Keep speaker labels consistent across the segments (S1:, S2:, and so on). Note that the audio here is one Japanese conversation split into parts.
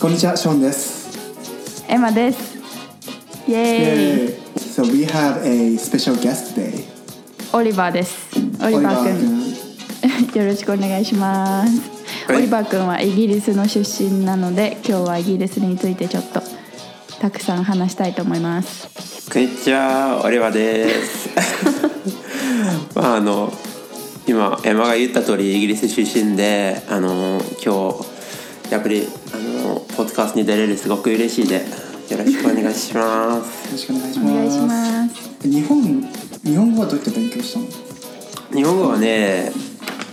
S1: こんにちは、ショーンです。
S2: エマです。イエーイ。
S1: Yay. So we have a special guest today.
S2: オリバーです。オリバー
S1: Oliver
S2: 君、よろしくお願いします。
S1: はい
S2: オリバー君はイギリスの出身なので、今日はイギリスについてちょっとたくさん話したいと思います。
S3: こんにちは、オレバです。まああの今エマが言った通りイギリス出身で、あの今日やっぱりあのポッドキャストに出れるすごく嬉しいで、よろしくお願いします。
S1: よろしくお願いし
S2: お
S1: ます。
S2: 願いします。
S1: 日本、日本語はどうやって勉強したの
S3: 日本語はね、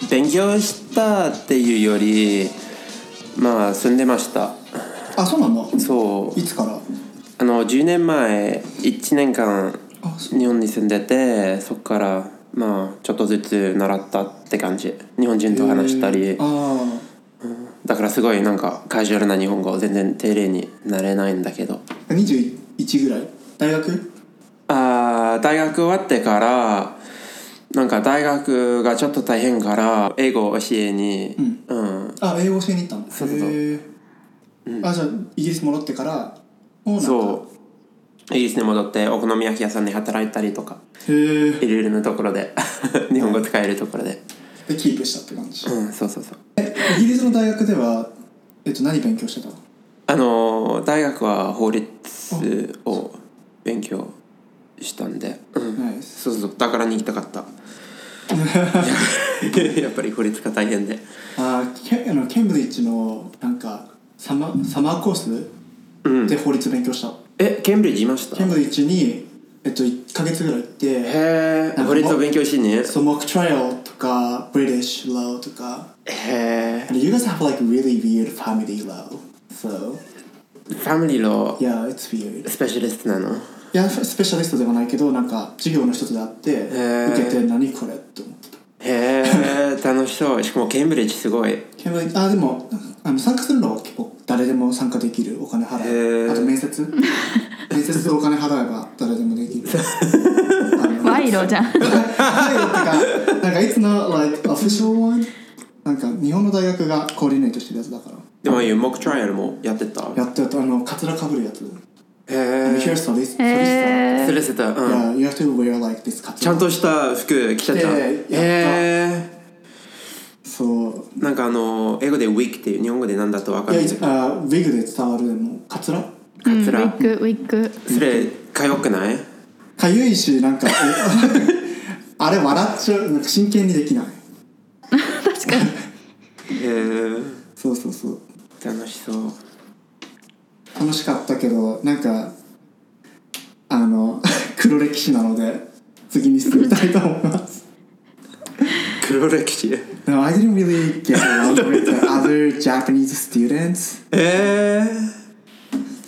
S3: 勉強したっていうより、まあ住んでました。
S1: あ、そうなんだ。
S3: そう
S1: い。つから
S3: あの10年前1年間
S1: あそ
S3: 日本に住んでてそこからまあちょっとずつ習ったって感じ日本人と話したり、
S1: ああ。
S3: だからすごいなんかカジュアルな日本語全然丁寧になれないんだけど
S1: 21ぐらい大学
S3: あー大学終わってからなんか大学がちょっと大変から英語を教えに、うん
S1: あ、英語教えに行ったんだ。
S3: そうそうそう
S1: へえあ、じゃあ、イギリス戻ってから、もうなんか
S3: そうイギリスに戻ってお好み焼き屋さんで働いたりとか
S1: へえ。
S3: いろいろなとこ ろで日本語使えるところで、
S1: で、キープしたって感じ。
S3: うん、そうそうそう
S1: え、イギリスの大学では、えっと、何勉強してたの
S3: あの大学は法律を勉強したんで、うん
S1: ナイス。
S3: そうそうだからに行きたかった いややっぱり法律が大変で
S1: あーケあのケンブリッジのなんかサマサマーコース
S3: うん
S1: で法律勉強した、
S3: えケンブリッジいました
S1: ケン
S3: へ
S1: ブリッジに、えっと、1か月ぐらい行って
S3: え法律を勉強しにへ
S1: そうモックトライアルとかブリティッシュ law とか
S3: え
S1: and you guys have like really weird family law so
S3: ファミリーの
S1: yeah it's weird
S3: スペシャリストなの
S1: いやスペシャリストではないけどなんか授業の一つであって
S3: ー
S1: 受けて何これって思ってた
S3: へ え楽しそうしかもケンブリッジすごいへ
S1: ケンブリッジあーでもあの参加するのは結構誰でも参加できるお金払え
S3: へー
S1: あと面 接面接でお金払えば誰でもできる
S2: 賄賂じゃん。
S1: はいてかなんかいつの like official one なんか日本の大学がコーディネートしてるやつだから
S3: でもいうモックトライアルもやってた
S1: やってるとあのカツラかぶるやつ
S3: へ
S1: And
S3: え
S1: here's the list
S2: へ
S3: ス
S2: ー
S3: レスタうん
S1: yeah you have to wear like this カツ
S3: ちゃ
S1: ラ
S3: んとした服着ちゃった
S1: でや
S3: へ
S1: った
S3: え
S1: そう
S3: なんかあの英語で「ウィーク」っていう日本語で何だと分か
S1: い
S3: る
S1: や
S3: ん
S1: い
S3: です
S1: つ
S3: けど
S1: あウィグで伝わるでもカツラ
S2: うん、ウ
S3: つ
S2: ィ
S3: ら
S2: ッグ、ウィッグ。
S3: それかよくない
S1: かゆいしなんかお あれ笑っちゃうなんか真剣にできない
S3: へえ
S1: そうそうそう
S3: 楽しそう
S1: 楽しかったけどなんかあの 黒歴史なので次に進みたいと思います
S3: 黒歴史
S1: No, I didn't really get along with the other Japanese students.
S3: え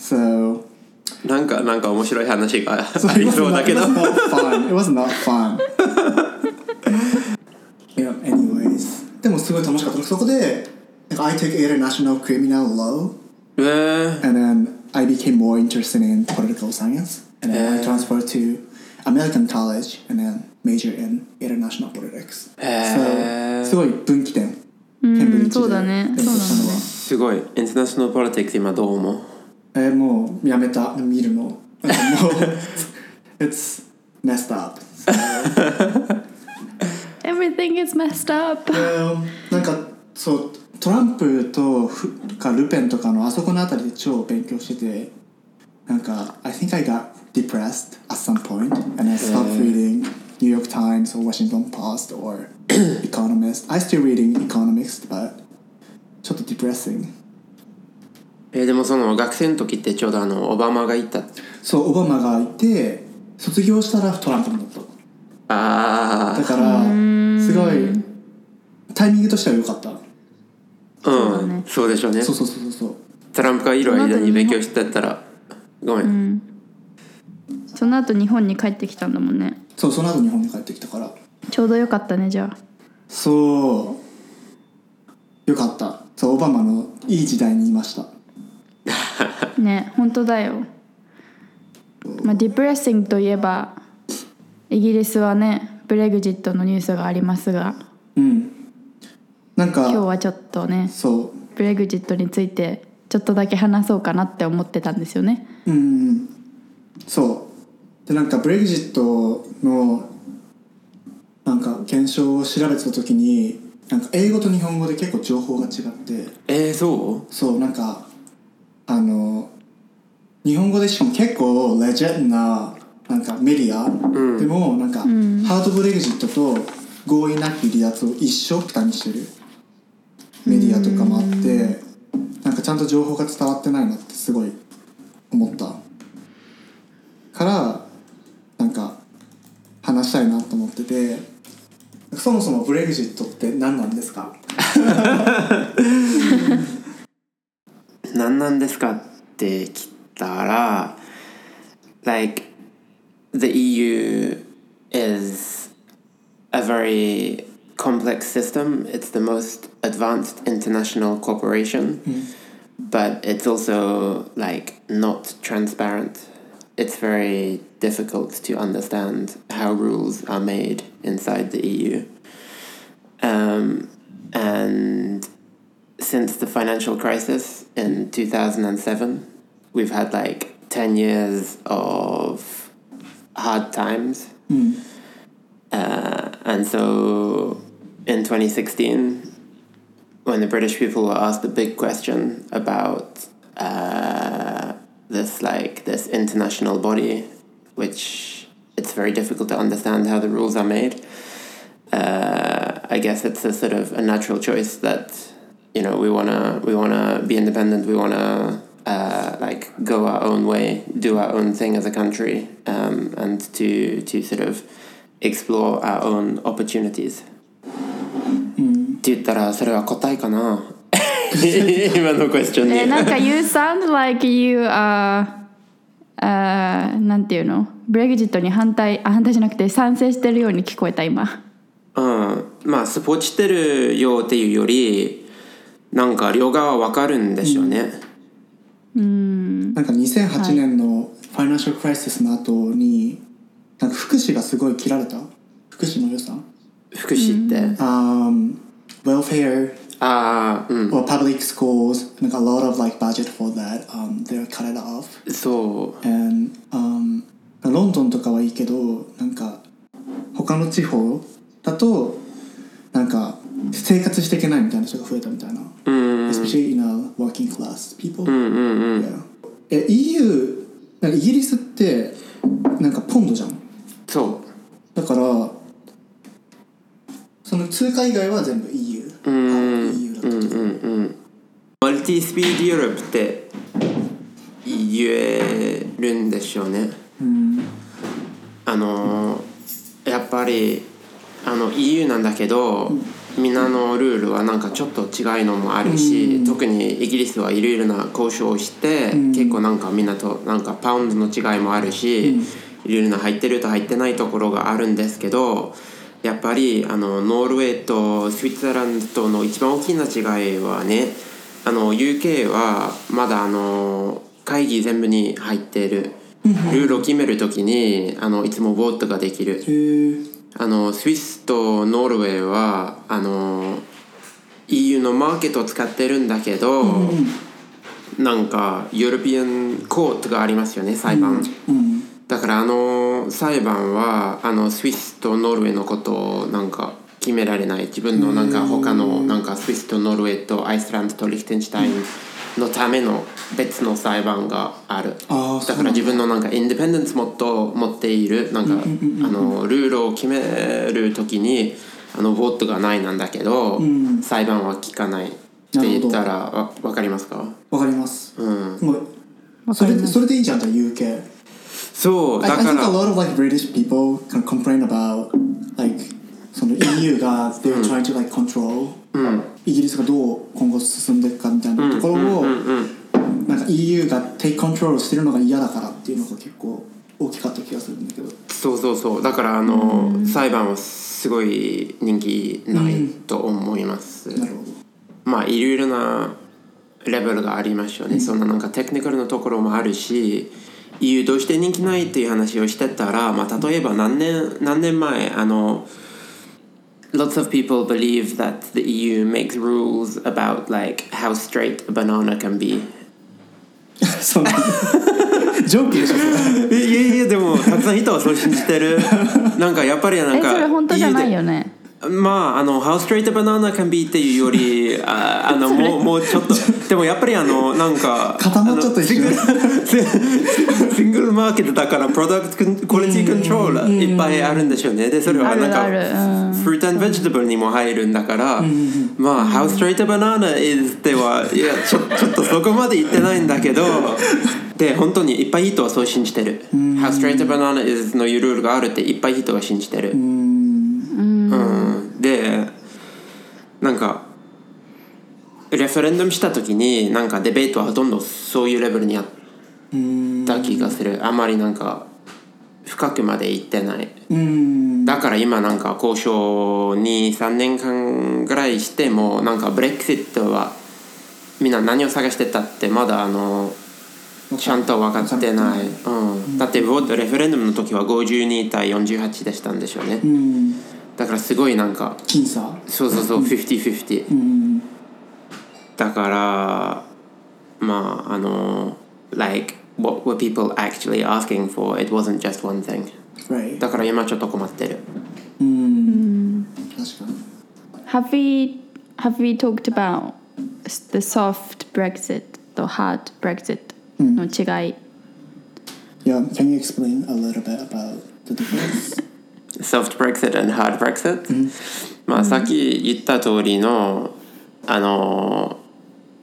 S1: So
S3: ー、なんかなんか面白い話が
S1: so
S3: ありそうだけ
S1: it
S3: ど
S1: was not fun. It was not fun. yeah, anyways. でもすごい楽しかった。そこで、like, I took international criminal law
S3: えー、
S1: and then I became more interested in political science. And then I
S3: Yeah.
S1: transferred to American college and then major in international politics.
S3: Yeah.
S1: So すごい分岐点。ケンブリッジで
S2: そうだね
S1: 勉強したのは
S3: すごいインターナショナルポリティックス今どう思う
S1: えー、もうやめた見 るのもう It's messed up、
S2: Everything is messed up.
S1: um, なんかそうトランプとフかルペンとかのあそこのあたりで超勉強しててなんか I think I got depressed at some point and I stopped reading New York Times or Washington Post or Economist I still reading Economics but ちょっと depressing
S3: えー、でもその学生の時ってちょうどあのオバマがいた
S1: そうオバマがいて卒業したらトランプになっただ
S3: あ
S1: からすごいタイミングとしては良かった
S3: あうんそう,、でしょうね
S1: そうそうそうそうそう
S3: トランプがいる間に勉強してたらごめん、
S2: その後日本に帰ってきたんだもんね。
S1: そうその後日本に帰ってきたから
S2: ちょうどよかったね、じゃあ。
S1: そう良かったそうオバマのいい時代にいました
S2: ね本当だよまあディプレッシングといえばイギリスはねブレグジットのニュースがありますが
S1: うんなん
S2: 今日
S1: か
S2: はちょっとね
S1: そう
S2: ブレグジットについてちょっとだけ話そうかなって思ってたんですよね。
S1: うんそうでなんかブレグジットのなんか現象を調べてた時になんか英語と日本語で結構情報が違って
S3: えー、そう
S1: そうなんかあの日本語でしかも結構レジェンドななんかメディア、でもなんか、ハードブレグジットと合意なき離脱を一生負担にしてるメディアとかもあって、なんかちゃんと情報が伝わってないなってすごい思ったからなんか話したいなと思っててそもそもブレグジットって何なんですか
S3: 何なんですかって聞いたら like the EU is a very complex system it's the most advanced international corporation but it's also like not transparent it's very difficult to understand how rules are made inside the EU um, and since the financial crisis in 2007 we've had like 10 years of hard times uh, and so in 2016 when the british people were asked the big question about uh, this like this international body which it's very difficult to understand how the rules are made uh, I guess it's a sort of a natural choice that you know we wanna we wanna be independent. We wanna uh, like go our own way, do our own thing as a country, um, and to to sort of explore our own opportunities. って言ったらそれは答えかな 今のクエスチョンに。
S2: えーなん か You sound like you are あーなんていうのブレグジットに反対あ反対じゃなくて賛成してるように聞こえた今。
S3: うん、まあスポーチてるよっていうよりなんか両側わかるんでしょうね。
S1: なんか2008年のファイナンシャルクライシスの後に、なんか福祉がすごい切られた福祉の予算
S3: 福祉って、
S1: um, welfare
S3: ああうん
S1: or public schools like a lot of like budget for that um, they're cut it off
S3: そう
S1: and um, ロンドンとかはいいけどなんか他の地方だとなんか生活していけないみたいな人が増えたみたいな、especially in a working class people、yeah. え EU なんかイギリスってなんかポンドじゃん
S3: そ
S1: だからその通貨以外は全部 EU、EU だったけど
S3: うマルティスピードヨーロップって言えるんでしょうね、あのーやっぱりあの EU なんだけど、みんなのルールはなんかちょっと違いのもあるし、特にイギリスはいろいろな交渉をして、結構なんかみんなとなんかパウンドの違いもあるし、いろいろな入ってると入ってないところがあるんですけどやっぱりあのノールウェーとスイスランドとの一番大きな違いはねあの UK はまだあの会議全部に入っているルールを決めるときにあのいつもボートができる
S1: へー
S3: あのスイスとノールウェーはあの EU のマーケットを使ってるんだけど、なんかヨーロピアンコートがありますよね裁判、
S1: うん
S3: だからあの裁判はあのスイスとノルウェーのことをなんか決められない自分のなんか他のなんかスイスとノルウェーとアイスランドとリヒテンシュタインのための別の裁判がある
S1: あー
S3: だから自分のなんかインディペンデンスもっと持っているなんかあのルールを決める時にあのボットがないなんだけど、裁判は聞かないって言ったらわわかりますか
S1: わかります、
S3: うん
S1: もうそれでそれでいいじゃんじゃあ UK
S3: そう
S1: I,
S3: だ
S1: I
S3: から
S1: think a lot of like British people can complain about like その EU が they're trying to like control、イギリスがどう今後進んでいくかみたいなところを、なんか EU が take control してるのが嫌だからっていうのが結構大きかった気がするんだけど
S3: そうそうそうだからあの、裁判はすごい人気ないと思います、
S1: なるほど
S3: まあいろいろなレベルがありますよね、そんななんかテクニカルのところもあるし EU どうして人気ないっていう話をしてたら、まあ、例えば何年何年前あの Lots of people believe that the EU makes rules about like how straight a banana can be
S1: そん なジョークでしょそれ
S3: えいやいやでもたくさん人はそう信じ てるなんかやっぱりなん
S2: え
S3: か
S2: それ本当じゃないよね
S3: まあ、あの、How straight a banana can be っていうより、ああの、もう、もうちょっと、でもやっぱりあの、なん か、
S1: 固まっちゃった一瞬
S3: あのシングル シングルマーケットだから、プロダクトクオリティコントローラーいっぱいあるんでしょうね。で、それはなんか、
S2: あるあるうん
S3: フルーツベジタブルにも入るんだから、まあ、How straight a banana is では、いや、ちょちょっとそこまで言ってないんだけど、で、本当にいっぱい人はそう信じてる。How straight a banana is のいうルールがあるっていっぱい人が信じてる。うん、でなんかレフェレンダムした時になんかデベートはほとんどそういうレベルにあった気がするあまりなんか深くまでいってない
S1: うん
S3: だから今なんか交渉に3年間ぐらいしてもなんかブレクシットはみんな何を探してたってまだあのちゃんと分かってない、うん、だってボレフェレンダムの時は52対48でしたんでしょうね、
S1: うん
S3: だからすごいなんか
S1: 僅差
S3: そうそうそう50-50、
S1: うん
S3: だからまああの like what were people actually asking for it wasn't just one thing
S1: right
S3: だから今ちょっと困ってる
S1: 確かに
S2: Have we have we talked about the soft Brexit と hard Brexit の違い、
S1: Yeah, can you explain a little bit about the difference?
S3: soft Brexit and hard Brexit、まあさっき言った通りのあの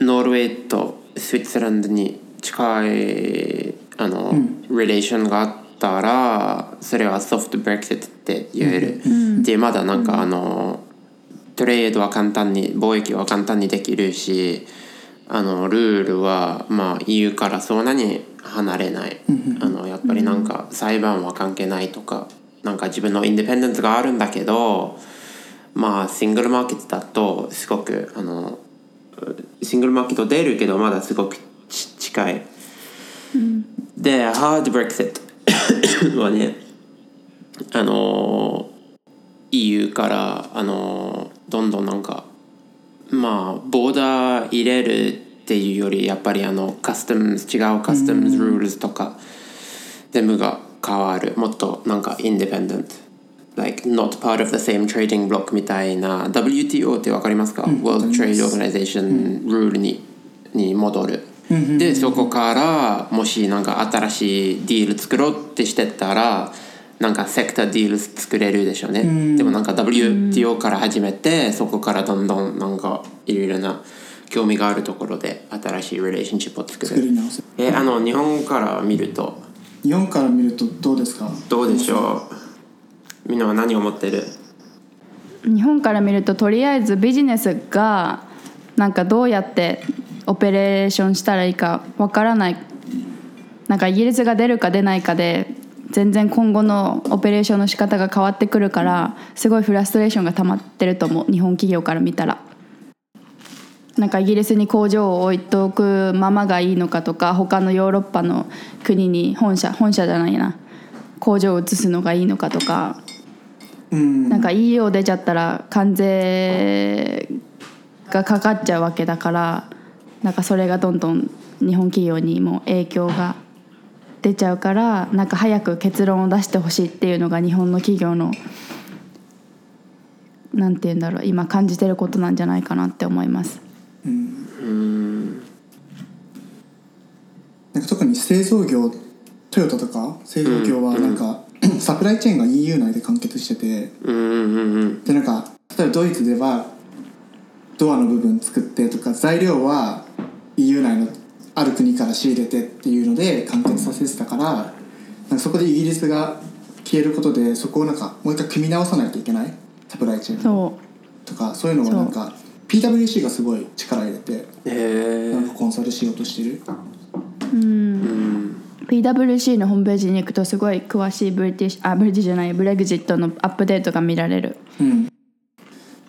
S3: ノーウェーとスイスランドに近いあの、レレーションがあったらそれはソフトブレクセットって言える、でまだなんかあのトレードは簡単に貿易は簡単にできるしあのルールはまあ EU からそんなに離れないあのやっぱりなんか裁判は関係ないとかなんか自分のインディペンデンスがあるんだけどまあシングルマーケットだとすごくあのシングルマーケット出るけどまだすごくち近い。で、ハードブレクセットはね、あのー、EU から、あのー、どんどんなんか、まあ、ボーダー入れるっていうより、やっぱりあの、カスタムズ、違うカスタムズルールズとか、全部が変わる。もっとなんか、インディペンデント。like not part of the same trading block みたいな WTO ってわかりますか、?World Trade Organization ルールに,、に戻る。でそこからもしなんか新しいディール作ろうってしてたらなんかセクターディール作れるでしょうね、でもなんか WTO から始めてそこからどんどんなんかいろいろな興味があるところで新しいリレーションシップを作る
S1: 作り直せ
S3: えあの日本から見ると
S1: 日本から見るとどうですか
S3: どうでしょうみんなは何を思ってる
S2: 日本から見るととりあえずビジネスがなんかどうやってオペレーションしたらいいかわからないなんかイギリスが出るか出ないかで全然今後のオペレーションの仕方が変わってくるからすごいフラストレーションが溜まってると思う日本企業から見たら。なんかイギリスに工場を置いておくままがいいのかとか他のヨーロッパの国に本社本社じゃないな工場を移すのがいいのかとか
S1: うん
S2: なんか EU を出ちゃったら関税がかかっちゃうわけだからなんかそれがどんどん日本企業にも影響が出ちゃうからなんか早く結論を出してほしいっていうのが日本の企業のなんて言うんだろう今感じてることなんじゃないかなって思います。
S1: なんか特に製造業トヨタとか製造業はなんか、サプライチェーンが EU 内で完結してて
S3: うんうんうんうん
S1: でなんか例えばドイツではドアの部分作ってとか材料は EU 内のある国から仕入れてっていうので完結させてたからなんかそこでイギリスが消えることでそこをなんかもう一回組み直さないといけないサプライチェーン
S2: そ
S1: とかそういうのがなんか PWC がすごい力入れて
S3: へ
S1: な
S3: え
S1: んかコンサルしようとしてる
S2: う PWC のホームページに行くとすごい詳しいブリティッシュあブリティッシュじゃないブレグジットのアップデートが見られる。
S1: うん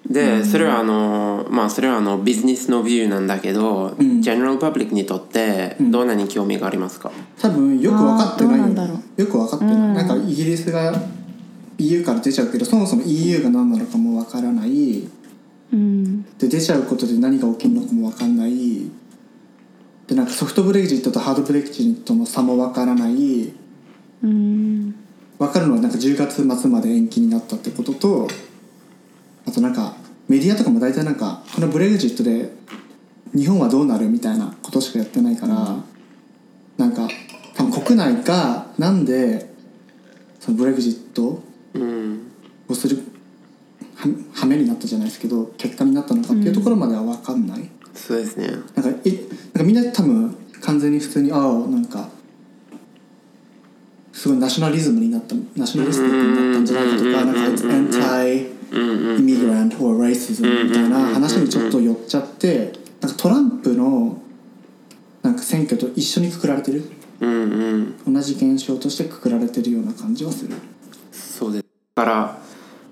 S3: でそれはあのまあそれはあのビジネスのビューなんだけど、
S1: ん
S3: ジェネラルパブリックにとってどんなに興味がありますか、
S1: 多分よく分かってないよ
S2: あーどうなん
S1: ね
S2: だ
S1: よ
S2: ろ
S1: く分かってない、なんかイギリスが EU から出ちゃうけどそもそも EU が何なのかも分からない
S2: うん
S1: で出ちゃうことで何が起きるのかも分かんないでなんかソフトブレグジットとハードブレグジットの差もわからない
S2: うん
S1: わかるのはなんか10月末まで延期になったってこととあとなんかメディアとかも大体なんかこのブレグジットで日本はどうなるみたいなことしかやってないから、なんか多分国内がなんでそのブレグジット
S3: うん
S1: をするははめになったじゃないですけど結果になったのかっていうところまでは分かんない。
S3: そうですね
S1: なんかいなんかみんな多分完全に普通にああなんかすごいナショナリズムになったナショナリスティックになったんじゃないかとかなんか it's anti
S3: うんうん
S1: immigrant or racism みたいな話にちょっと寄っちゃってなんかトランプのなんか選挙と一緒にくくられてる
S3: うんうん
S1: 同じ現象としてくくられてるような感じはする
S3: そうですだから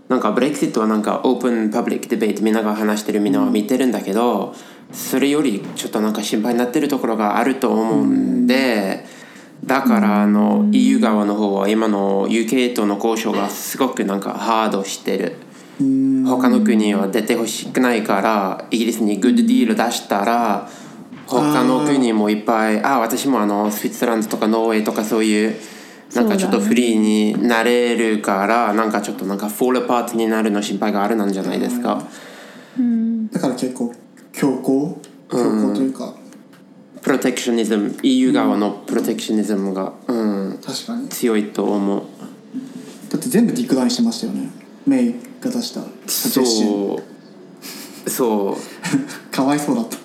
S3: なんかブレイクシットはなんかオープンパブリックディベートみんなが話してるみんなは見てるんだけど、それよりちょっとなんか心配になってるところがあると思うんで、だからあの、EU 側の方は今の UK との交渉がすごくなんかハードしてる。
S1: うん
S3: 他の国は出てほしくないからイギリスにグッドディール出したら他の国もいっぱいあ私もあのスイスランドとかノーウェーとかそういうなんかちょっと
S2: そうだね
S3: フリーになれるから、なんかちょっとなんかフォールパートになるの心配があるなんじゃないですか、
S2: うん
S1: だから結構強硬強硬というか
S3: プロテクショニズム EU 側のプロテクショニズムが、うん、
S1: 確かに
S3: 強いと思う
S1: だって全部ディクラインしてましたよねメイが出したサジェッション
S3: そうそう
S1: かわいそうだった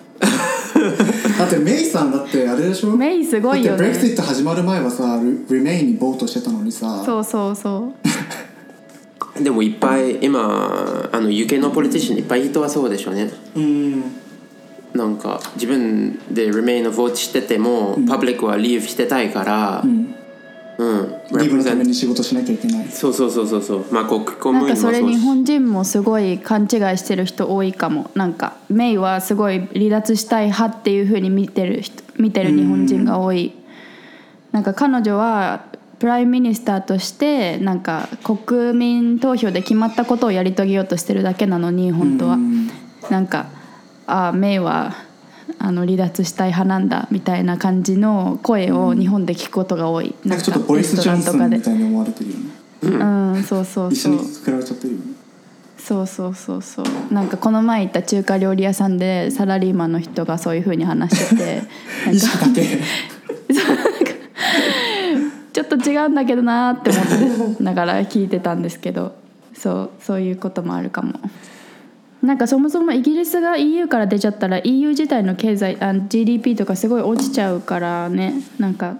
S1: だってメイさんだってあれでしょ
S2: メイすごい
S1: だ
S2: よね
S1: ってブレクシット始まる前はさリメインにボートしてたのにさ
S2: そうそうそう
S3: でもいっぱい今あの UK のポリティシャンいっぱい人はそうでしょうね
S1: ううん
S3: なんか自分で Remain の vote してても、パブリックは Leave してたいから、
S1: ん
S3: うん、
S1: リブのため
S3: represent
S1: に仕事しなきゃいけない
S3: そうそうそうそうそうまあ国公
S2: なん
S3: 務員
S2: か
S3: もそ
S2: そうれ
S3: し
S2: 日本人もすごい勘違いしてる人多いかもなんかメイはすごい離脱したい派っていう風に見てる人見てる日本人が多いなんか彼女はプライムミニスターとしてなんか国民投票で決まったことをやり遂げようとしてるだけなのに本当は
S1: うん
S2: なんかあメイはあの離脱したい派なんだみたいな感じの声を日本で聞くことが多い
S1: なんかちょっとボイス・ジョンソンみたいに思われてるよね
S2: うんそうそう
S1: 一
S2: そ
S1: 緒
S2: う
S1: に比べちゃってるよね
S2: そうそうそうそうなんかこの前行った中華料理屋さんでサラリーマンの人がそういう風に話しててなん
S1: 一緒
S2: か
S1: だけ
S2: ちょっと違うんだけどなーって思ってながら聞いてたんですけどそうそういうこともあるかもなんかそもそもイギリスが EU から出ちゃったら EU 自体の経済あ GDP とかすごい落ちちゃうからねなんか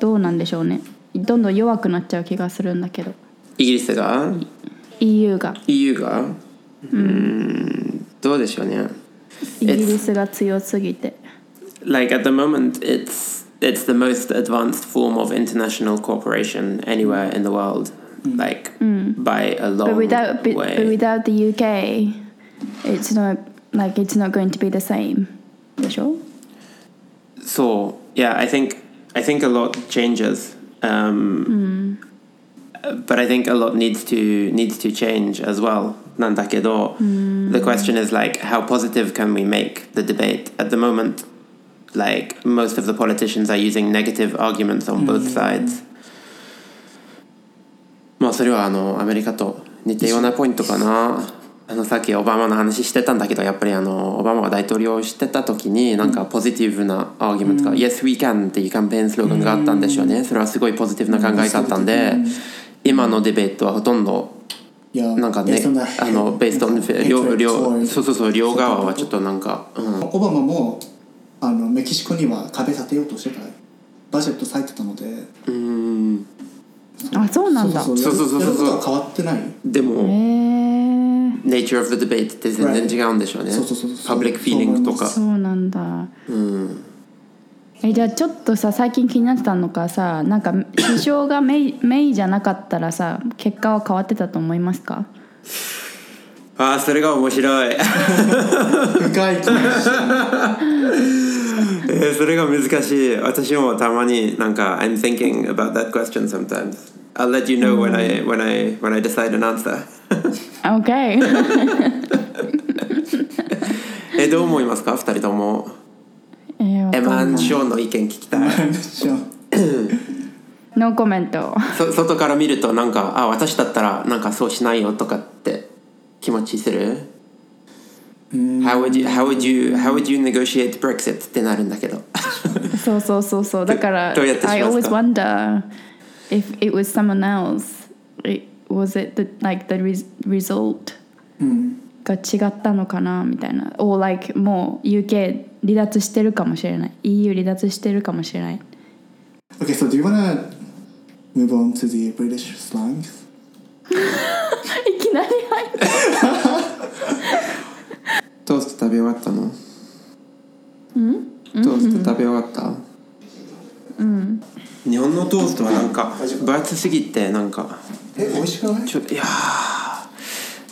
S2: どうなんでしょうねどんどん弱くなっちゃう気がするんだけど
S3: イギリスが
S2: EU が
S3: EU がうんどうでしょうね
S2: イギリスが強すぎて
S3: like at the moment it's it's the most advanced form of international cooperation anywhere in the world like by a long
S2: But without but,
S3: way
S2: but without the UK, it's not like it's not going to be the same. でしょ？
S3: so yeah i think i think a lot changes um but i think a lot needs to needs to change as well なんだけど the question is like how positive can we make the debate at the moment like most of the politicians are using negative arguments on both sides まあそれはあのアメリカと似たようなポイントかなあのさっきオバマの話してたんだけどやっぱりあのオバマが大統領をしてた時になんかポジティブなアーギュメントが「Yes we can」っていうキャンペーンスローガンがあったんでしょうねそれはすごいポジティブな考えだったんで今のディベートはほとんど
S1: いや
S3: なんかね
S1: based on the
S3: あのベースオン
S1: hatred
S3: 両両
S1: toward-
S3: そうそうそう両側はちょっとなんかうん
S1: オバマもあのメキシコには壁立てようとしてたバジェット割いてたので
S3: うん
S2: あ、そうなんだ。
S1: そうそうそうやる
S3: そうそうそうそう
S1: やることは変わってない
S3: で
S2: へ
S3: も
S2: え、
S3: nature of the debate って全然違うんでしょうね
S1: そうそうそうそう
S3: public feeling とか
S2: そうなんだ。
S3: うん
S2: えじゃあちょっとさ最近気になってたのかさなんか首相がメイ メイじゃなかったらさ結果は変わってたと思いますか
S3: ああそれが面白い
S1: 深い気 持ち
S3: え ーそれが難しい。私もたまになんか、I'm thinking about that question sometimes. I'll let you know when I, when I, when I decide an answer.
S2: あ ?OK
S3: え、どう思いますか二人とも。
S2: えーえわか
S3: エ
S2: んな
S3: マ
S2: い
S3: ンションの意見聞きたい
S2: ノーコメント
S3: そ外から見るとなんかあ私だったらなんかそうしないよとかって気持ちする how would, you, how, would you, how would you negotiate Brexit ってなるんだけど
S2: そうそうそうそうだから
S3: どうやってします
S2: I
S3: か
S2: always wonder if it was someone else it, was it the, like the res- result が違ったのかなみたいな or like もう UK 離脱してるかもしれない EU 離脱してるかも しれない
S1: Okay, so do you wanna move on to the British slang?
S2: いきなり入った
S3: トースト食べ終わったのんトースト食べ終わったうん日本のトーストはなんか分厚すぎてなんかちょっといやー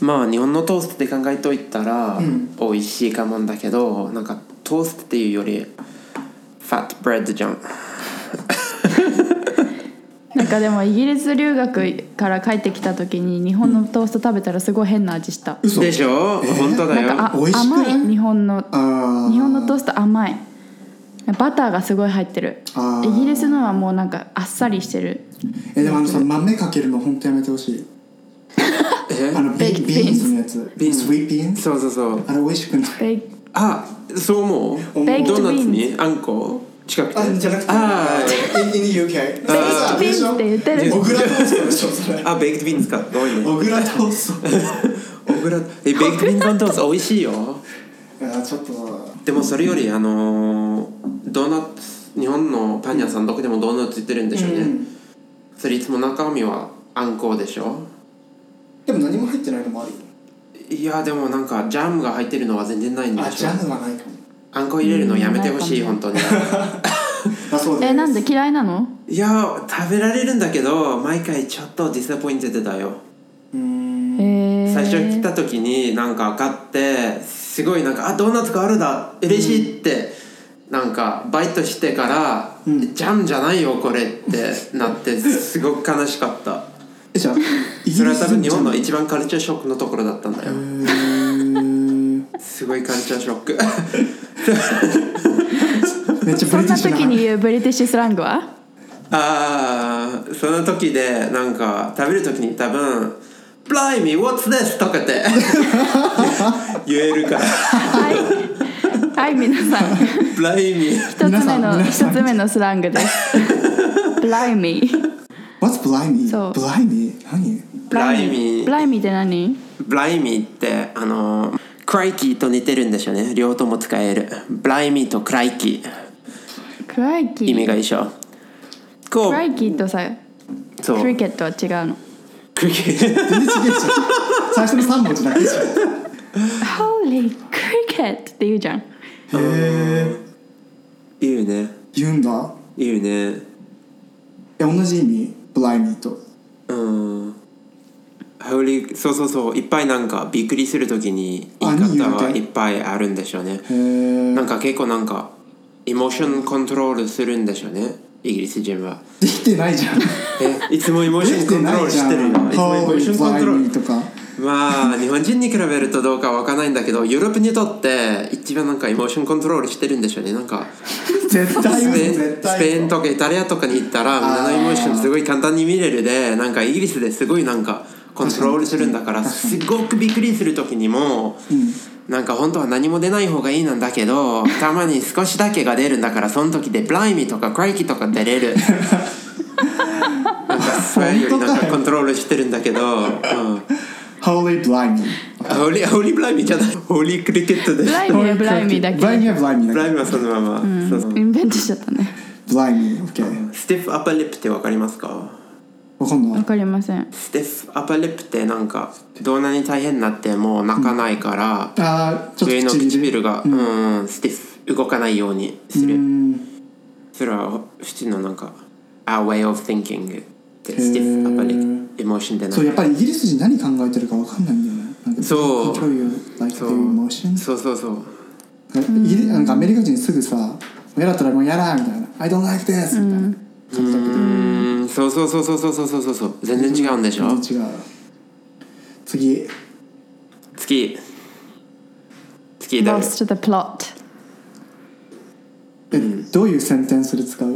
S3: まあ日本のトーストって考えといたら美味しいかもんだけど、なんかトーストっていうよりファットブレッドじゃん
S2: なんかでもイギリス留学から帰ってきた時に日本のトースト食べたらすごい変な味した、
S1: 嘘
S3: でしょ、本当だよ
S2: なんかあ
S1: 美味しくな
S2: 甘
S1: い
S2: い日本の日本のトースト甘いバターがすごい入ってる
S1: あー
S2: イギリスのはもうなんかあっさりしてる
S1: えでもあのさ豆かけるの本当やめてほしい
S3: え
S1: あのビ
S2: Baked
S1: ビーンズのやつビーンズウィーピーンズ
S3: そうそうそう
S1: あれ美味しくない
S2: ベイ
S3: あそう思うド
S2: Baked
S3: ーナツにあんこ近くて
S1: あじゃなくて
S3: あー
S1: in, in the UK
S2: ー Baked beans って言ってる
S1: 小倉トーストでしょそれ
S3: あベイクドビーンズかごめんね
S1: 小倉トースト
S3: 小倉えベイクドビーンズトースト美味しいよ
S1: いやちょっと
S3: でもそれよりあのードーナツ日本のパン屋さんどこでもドーナツ売ってるんでしょうね、
S1: うん
S3: それいつも中身はあんこでしょ
S1: でも何も入ってないのもあるよ
S3: いやでもなんかジャムが入ってるのは全然ないんで
S1: あ
S3: し
S1: ジ
S3: ょ
S1: ャムはないかも
S3: あんこ入れるのやめてほしい
S2: うん
S3: 本当に
S1: あそうです
S2: えなんで嫌いなの
S3: いや食べられるんだけど毎回ちょっとディスアポインテッドだよ
S1: うーん
S2: えー、
S3: 最初来た時になんか買ってすごいなんかあドーナツがあるだ嬉しいって、なんかバイトしてから、ジャムじゃないよこれってなってすごく悲しかった
S1: えじゃあイギ
S3: それ
S1: リ
S3: は
S1: ス
S3: 多分
S1: 人じ
S3: 日
S1: ゃ
S3: 本
S1: ん
S3: の一番カルチャーショックのところだったんだよ
S1: えー
S3: すごいカルチャーショック
S1: めっちゃブリティ
S2: そん
S1: ッ
S2: な
S1: シュ
S2: 時に言うブリティッシュスラングは
S3: ああその時でなんか食べる時に多分「ブライミー What's this?」とかって 言えるから
S2: はいはい皆さん
S3: 「ブライミー
S2: 一つ目
S1: 皆
S2: の
S1: さん
S2: 一つ目のスラングですブライミー
S1: What's blimey?
S2: そう
S1: Blimey? 何
S3: ブライミー
S2: ブライミーって何
S3: ブライミーってあのクライキーと似てるんですよね両方とも使えるブライミーとクライキ
S2: クライキ
S3: ー意味
S2: ー
S3: が一緒こ
S2: クラ
S3: う
S2: イキーとさ
S3: そう
S2: クリケットは違うの
S3: クリケット
S1: 全然違うじゃん最初の三文字だけじゃん
S2: Holy cricket って言うじゃん
S1: へえ
S3: いいよね
S1: 言うんだ
S3: いいよね
S1: え同じ意味 blimey と
S3: うんハウリそうそうそういっぱいなんかびっくりするときに言い
S1: あいいよ
S3: 方
S1: ね
S3: はいっぱいあるんでしょうね
S1: へえ
S3: なんか結構なんかエモーションコントロールするんでしょうねイギリス人は
S1: できてないじゃんで
S3: えいつもエモーシ ョ
S1: き
S3: ンコ
S1: て
S3: ントロ
S1: な
S3: ー
S1: い
S3: ル
S1: じゃ
S3: し
S1: ん
S3: てるよいつもエモーションコントロール
S1: blimey とか
S3: まあ日本人に比べるとどうかわからないんだけどヨーロッパにとって一番なんかエモーションコントロールしてるんでしょうねなんか
S1: 絶対
S3: ス
S1: 嘘
S3: ペイン
S1: 絶対
S3: スペイン
S1: 嘘
S3: とかイタリアとかに行ったらみんなのエモーションすごい簡単に見れるでなんかイギリスですごいなんかコントロールするんだからすごくびっくりする時にも、なんか本当は何も出ない方がいいなんだけどたまに少しだけが出るんだからその時でブライミーとかクライキーとか出れ るなんかそれよりなんかコントロールしてるんだけど、うん、
S1: Holy blimey
S3: ホリホリブライミーじゃないホリクリケットで
S2: ブ
S3: す
S2: ライミーはブライミーだけ
S1: blimey は blimey
S3: ブ
S1: だ
S3: ライミーはそのまま、そうそう
S2: インベントしちゃったね
S1: blimey OK
S3: スティフアッパーリップってわかりますか
S1: わかんな
S2: わ
S1: い
S2: かりません
S3: スティフアッパーリップってなんかどんなに大変になっても泣かないから、
S1: あーちょっ
S3: 上
S1: と
S3: の
S1: 唇
S3: 唇が、うん、スティフ動かないようにする、
S1: うん
S3: それは普通のなんか Our way of thinking ってスティフアッパーリップエモーションでな
S1: そうやっ
S3: い
S1: ぱりイギリス人何考えてるかわかんないんだよねなんか
S3: そう
S1: control your like
S3: そ
S1: your
S3: う
S1: emotions
S3: そうそうそう
S1: イギリなんかアメリカ人すぐさ「やだったらもうやら」みたいな「I don't like this」みたいなそれだけ
S3: うーんそうそうそうそうそうそうそうそう全然違うんでしょ、
S1: で全然違う次
S3: 月月だ
S2: Lost to the plot
S1: えどういうセンテンスで使う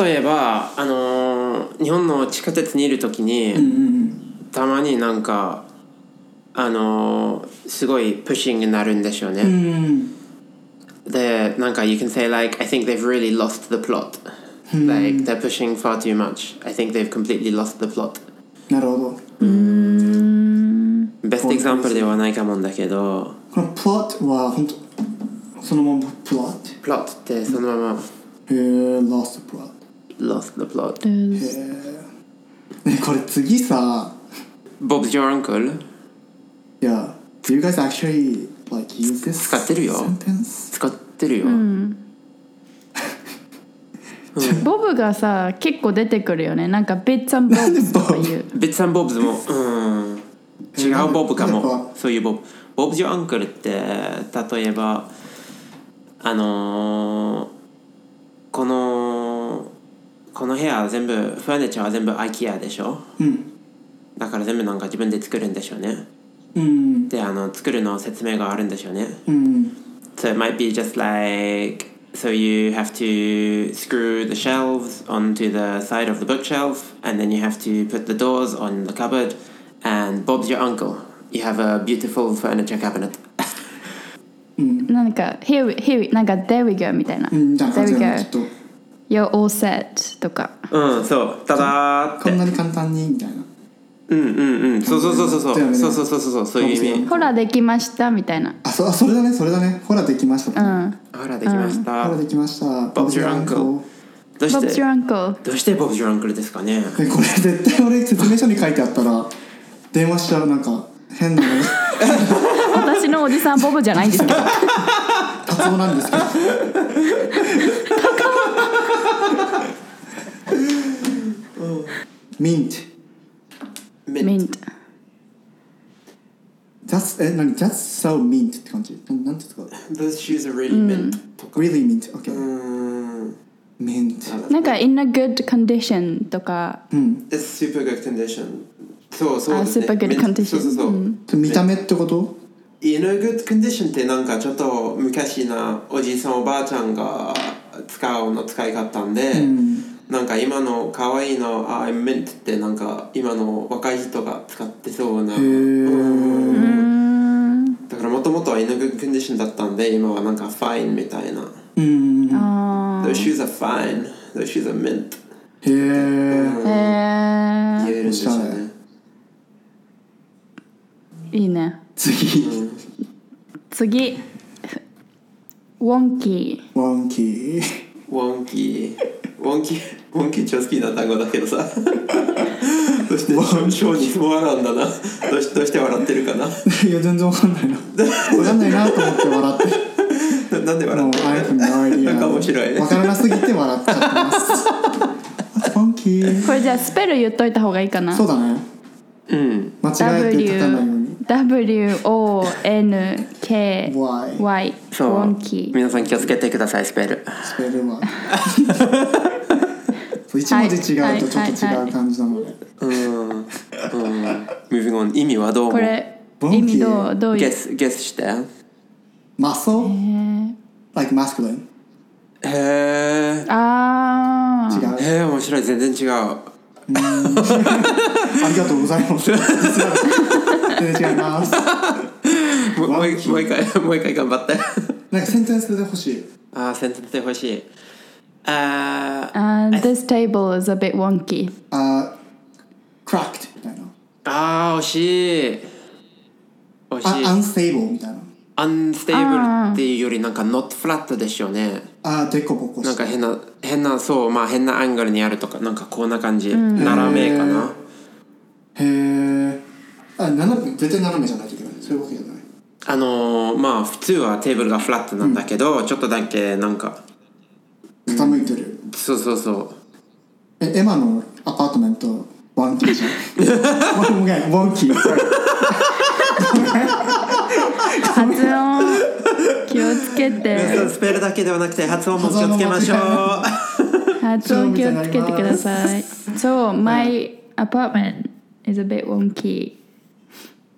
S3: 例えば、あのー日本の地下鉄にいる時に、たまになんか、あのーすごいプッシングになるんでしょうね、
S1: うん、
S3: でなんか you can say like I think they've really lost the plot like they're pushing far too much I think they've completely lost the plot
S1: なるほど
S3: ベストエグザンプルではないかもんだけど
S1: このプロットは本当そのままプロット
S3: プロットってそのまま
S1: へえ lost the plot
S3: lost the plot
S2: で
S1: ねこれ次さ
S3: Bob's your uncle
S1: いや do you guys actually like use this
S3: 使ってるよ
S1: sentence?
S3: 使ってるよ、
S2: ボブがさ結構出てくるよねなんか「ベッツァンボブ」とか言う
S3: ベッツさんボブズもうん違うボブかもそういうボブボブジョアンクルって例えばあのーこのこの部屋全部ファーニチャーは全部 IKEA でしょ
S1: うん
S3: だから全部なんか自分で作るんでしょうね
S1: うん
S3: であの作るの説明があるんでしょうね
S1: うん
S3: So it might be just like so you have to screw the shelves onto the side of the bookshelf and then you have to put the doors on the cupboard and Bob's your uncle. You have a beautiful furniture cabinet.
S2: なんか「Here we, here we なんか「There we go」みたいな「
S1: うんみたいな感
S2: There
S1: じ
S2: we
S1: だねちょ
S2: go
S1: っ
S2: You're all set」とか
S3: うん、そう。ただーっ
S1: とこん
S3: て。
S1: なに簡単にみたいな
S3: うんうんうん。そうそうそうそうそう。
S1: だよね
S3: そうそうそうそうそう。そういう意
S2: 「
S3: 味。
S2: ほらできました」みたいな
S1: あそあそれだねそれだねほらできました、
S2: う
S1: ほ
S2: ん
S3: ほらできました。
S1: らできました
S3: ボブジュランクルどう
S2: 「Bob's
S3: して
S2: your uncle
S3: どうしてボブ・ジュランクルですかね
S1: えこれ絶対俺説明書に書いてあったら電話しちゃうなんか変なの」
S2: 私のおじさんボブじゃないんです けど
S1: 発音なんですけどミント
S2: Mint
S1: That's え何 That's so mint って感じななんていうんですか
S3: Those shoes are
S2: Mm.
S3: really mint.
S1: Really mint OK
S3: うん。
S1: mint
S2: なんか「in a good condition」とか
S3: It's super good condition. そうそう
S2: あ
S3: ですね。
S2: super good condition
S3: そうそうそう。
S1: 見た目ってこと
S3: In a good condition ってなんかちょっと昔なおじいさんおばあちゃんが使うの使い方で、なんか今の可愛いのあ I'm mint ってなんか今の若い人が使ってそうな。うんだからもともとは In a good condition だったんで今はなんか fine みたいな。
S2: あ
S3: Those shoes are fine. Those shoes are mint.
S1: へえ
S2: ーへ
S3: 言えるんでしょう
S1: おしゃ
S3: ね。
S2: えいいね
S1: 次
S2: 次「wonky」
S1: ワンキー
S3: ウォンキー。ウォンキー、ウォンキー超好きな単語だけどさ。 どうして、小児も笑うんだな。どうしどうして笑ってるかな。
S1: いや全然わかんないなわかんないなと思って笑って
S3: ななんで笑
S1: も
S3: っ
S1: う
S3: て
S1: I
S3: る
S1: have no
S3: の
S1: idea
S3: なんか面白い。
S1: わからなすぎて笑っちゃってますファンキー
S2: これじゃあスペル言っといた方がいいかな
S1: そうだね
S3: うん。
S1: 間違えて立たないように
S2: W W O N K
S1: Y
S2: Y
S3: そう。
S2: ウォンキー
S3: 皆さん気をつけてください、スペル。
S1: スペ ルはそう一文字違うとちょっと違う感じなので、
S3: うん。うん。Moving on。意味はどう
S2: こ
S3: 思う
S2: れ
S1: ウォンキー
S2: 意味どうどうい
S3: ゲ
S2: う
S3: ス、ゲスして。
S1: マッソ
S2: えー
S1: like masculine
S3: へえ。
S2: あ
S1: 違
S2: ー
S1: う
S3: へえ、面白い。全然違う。
S1: ありがとうございます全然違い ますな
S3: もうもう
S1: ワンキ
S3: 一
S1: ー
S3: もう一回、 もう一回頑張って。
S1: んかセンテンスで欲しい
S3: ああ、先生てほしい。ああ。
S2: あー This table is a bit wonky
S1: あー cracked みたいな
S3: ああ惜しい惜しい
S1: あ unstable みたいな
S3: アンステーブルっていうよりなんか not flat ですよね
S1: あーデコボコ
S3: なん
S1: して
S3: か変な変なそうまあ変なアングルにあるとかなんかこんな感じ、斜めかな
S1: へえあ斜め絶対斜めじゃないといけないそういうわけじゃない
S3: あのー、まあ普通はテーブルがフラットなんだけど、ちょっとだけなんか
S1: 傾いてる、
S3: そうそうそう
S1: えエマのアパートメントワンキーじゃん ワンごめんワンキー sorry
S2: 発音気をつけ
S3: 皆さ
S2: て
S3: んスペルだけではなくて発音も気をつけま しょう
S1: 発音も
S2: 発音気をつけてくださいそう My apartment is a bit wonky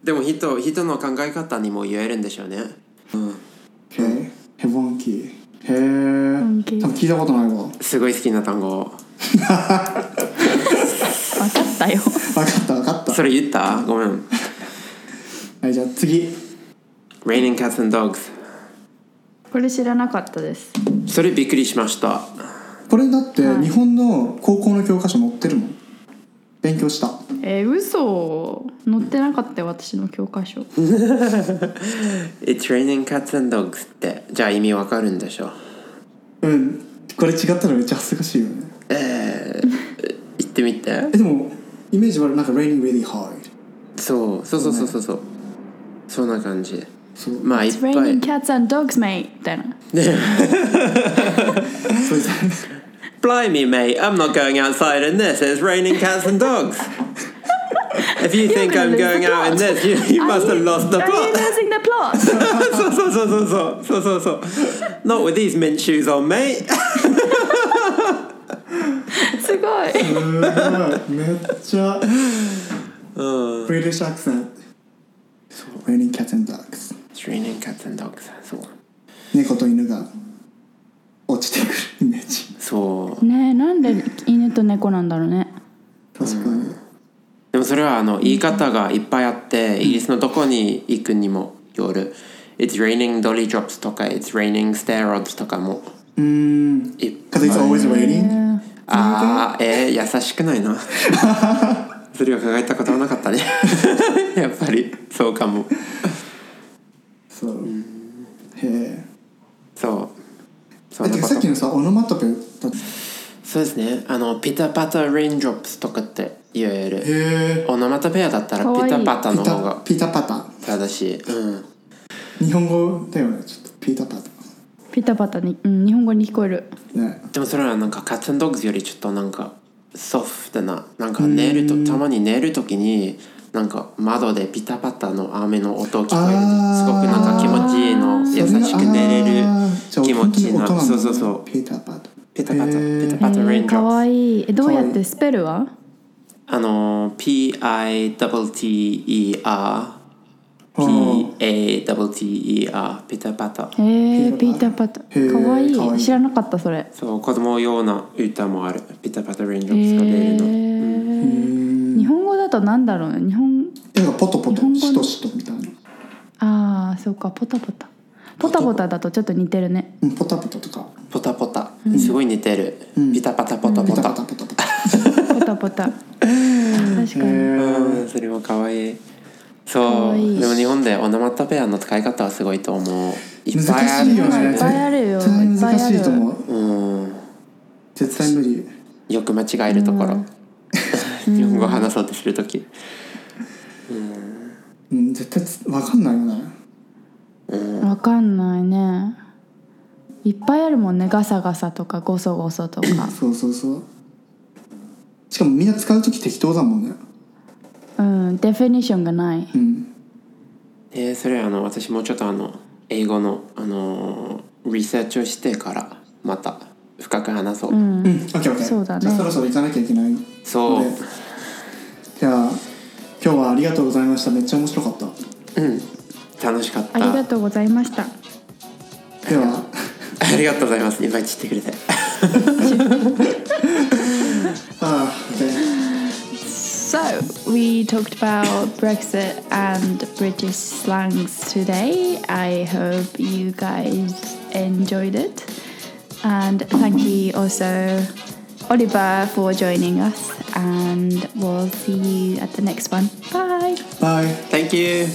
S3: でも人人の考え方にも言えるんでしょうね
S1: OK へワンキーへえ多
S2: 係分
S1: 分聞いたことないわ分
S3: すごい好きな単語
S2: かった よ
S1: かった分かった
S3: それ言ったごめん
S1: はいじゃあ次
S3: Raining Cats and Dogs
S2: これ知らなかったです
S3: それびっくりしました
S1: これだって
S2: はい
S1: 日本の高校の教科書載ってるもん勉強した
S2: えー、嘘載ってなかったよ私の教科書
S3: It's Raining Cats and Dogs ってじゃあ意味わかるんでしょ
S1: うんこれ違ったらめっちゃ恥ずかしいよね
S3: 言ってみて
S1: えでもイメージはなんか raining really hard
S3: そうそうそうそうそうそうそんな感じ
S1: そう
S3: まあいっ
S2: It's
S3: ぱい
S2: raining cats and dogs mate みたいな
S1: それじゃ
S3: Blimey, mate, I'm not going outside in this. It's raining cats and dogs. If you think
S2: gonna
S3: I'm
S2: lose
S3: going
S2: the
S3: out in
S2: plot.
S3: this, you, you must have lost the
S2: Are you losing
S3: plot.
S2: the plot?
S3: そうそうそうそうそうそうそうそう。Not with these mint shoes on, mate.
S2: すごい
S1: すごいめっちゃ British accent そう raining cats and dogs
S3: It's raining cats and dogs. そう。
S1: 猫と犬が落ちてくるイメージ
S3: そう。
S2: ねえなんで犬と猫なんだろうね
S1: 確かに
S3: でもそれはあの言い方がいっぱいあって、イギリスのどこに行くにもよる。It's raining dolly drops とか、It's raining steroids とかも。
S1: うん
S3: いっぱ
S1: Because
S3: い
S1: it's always raining
S3: ああえー、優しくない なそれを考えたことはなかったね やっぱりそうかも
S1: そうへえ
S3: そうそ
S1: だ
S3: う
S1: っ
S3: な
S1: て
S3: こ
S1: さっき
S3: と
S1: のさオノマトペだって
S3: そうですねあのピタパタレインドロップスとかって言える
S1: へえ
S3: オノマトペアだったら
S2: かわい
S3: ピ
S2: い
S3: タパタ
S1: ピ
S3: の方
S1: タ
S3: が
S1: ピタパタ
S3: 正しい、うん、
S1: 日本語だよねちょっとピタパタ
S2: ピタパタに、うん、日本語に聞こえる
S1: ね
S3: でもそれはなんかカツンドッグズよりちょっとなんかソフトななんか寝るとたまに寝る時になんか窓でピタパタの雨の音聞こえる
S1: あー
S3: すごくなんか気持ちいいの
S1: それ
S3: 優しく寝れる
S1: あーじゃあ
S3: 気持ちいい
S1: 本
S3: な
S1: 当に音なんだね
S3: そうそうそう
S1: ピタパタ
S3: ペタパタ
S1: へー
S3: ペタ
S2: え
S3: パタレイ
S2: ー、
S3: ンド
S2: か
S3: ロッ
S2: わ
S3: プ
S2: いいえどうやっ
S1: かわい
S2: てスペルは
S3: あの PITTER
S1: うん
S3: PATTER ペタパタ
S2: えー、
S1: ピ
S2: ピ
S1: タ
S2: タ
S1: パ
S2: パ
S1: タ
S2: タ
S1: へー
S2: かわい
S1: かわいい
S2: い知らなかったそれ
S3: そう子供用な歌もあるペタパタレインド
S2: え
S3: ロップが出るの、
S2: ー、日本語だとなんだろうね日本
S1: なんかポトポ
S2: 日
S1: ト
S2: 本語の
S1: シトシトみたいな
S2: ああそうかポタポタポタポタだとちょっと似てるね
S1: うんポタポタとか
S3: ポタポタ、すごい似てる、ピタパタポタ
S1: ピ
S3: ポ
S1: タ
S3: タ、
S1: パタポタポタ
S2: ポタポタ確かに
S3: うんそれも可愛い
S2: 可
S3: そう
S2: 愛い
S3: でも日本でオノマトペアの使い方はすごいと思ういっぱい
S1: 難
S3: ある
S1: しいよね
S2: いっぱいあるよ
S1: 絶対難しいと思う
S3: うん
S1: 絶対無理
S3: よく間違えるところ、日本語話そうとするとき
S1: うん絶対つわかんないよね
S2: わかんないねいっぱいあるもんねガサガサとかゴソゴソとか
S1: そうそうそうしかもみんな使う時適当だもんね
S2: うんデフィニッションがない
S1: うん
S3: えーそれあの私もうちょっとあの英語の、あのーリサーチをしてからまた深く話そう、
S1: うん OKOK
S2: そうだね
S1: じゃあそろそろ行かなきゃいけない
S3: そう、
S1: ねじゃあ今日はありがとうございましためっちゃ面白かった
S3: うん楽しかっ
S2: あ
S3: た
S2: りがとうございました
S1: で は
S3: ありがとうございますいっぱい散ってくれて
S1: ああで
S2: So we talked about Brexit and British slangs today I hope you guys enjoyed it and thank you also Oliver for joining us and we'll see you at the next one bye
S1: Bye
S3: Thank you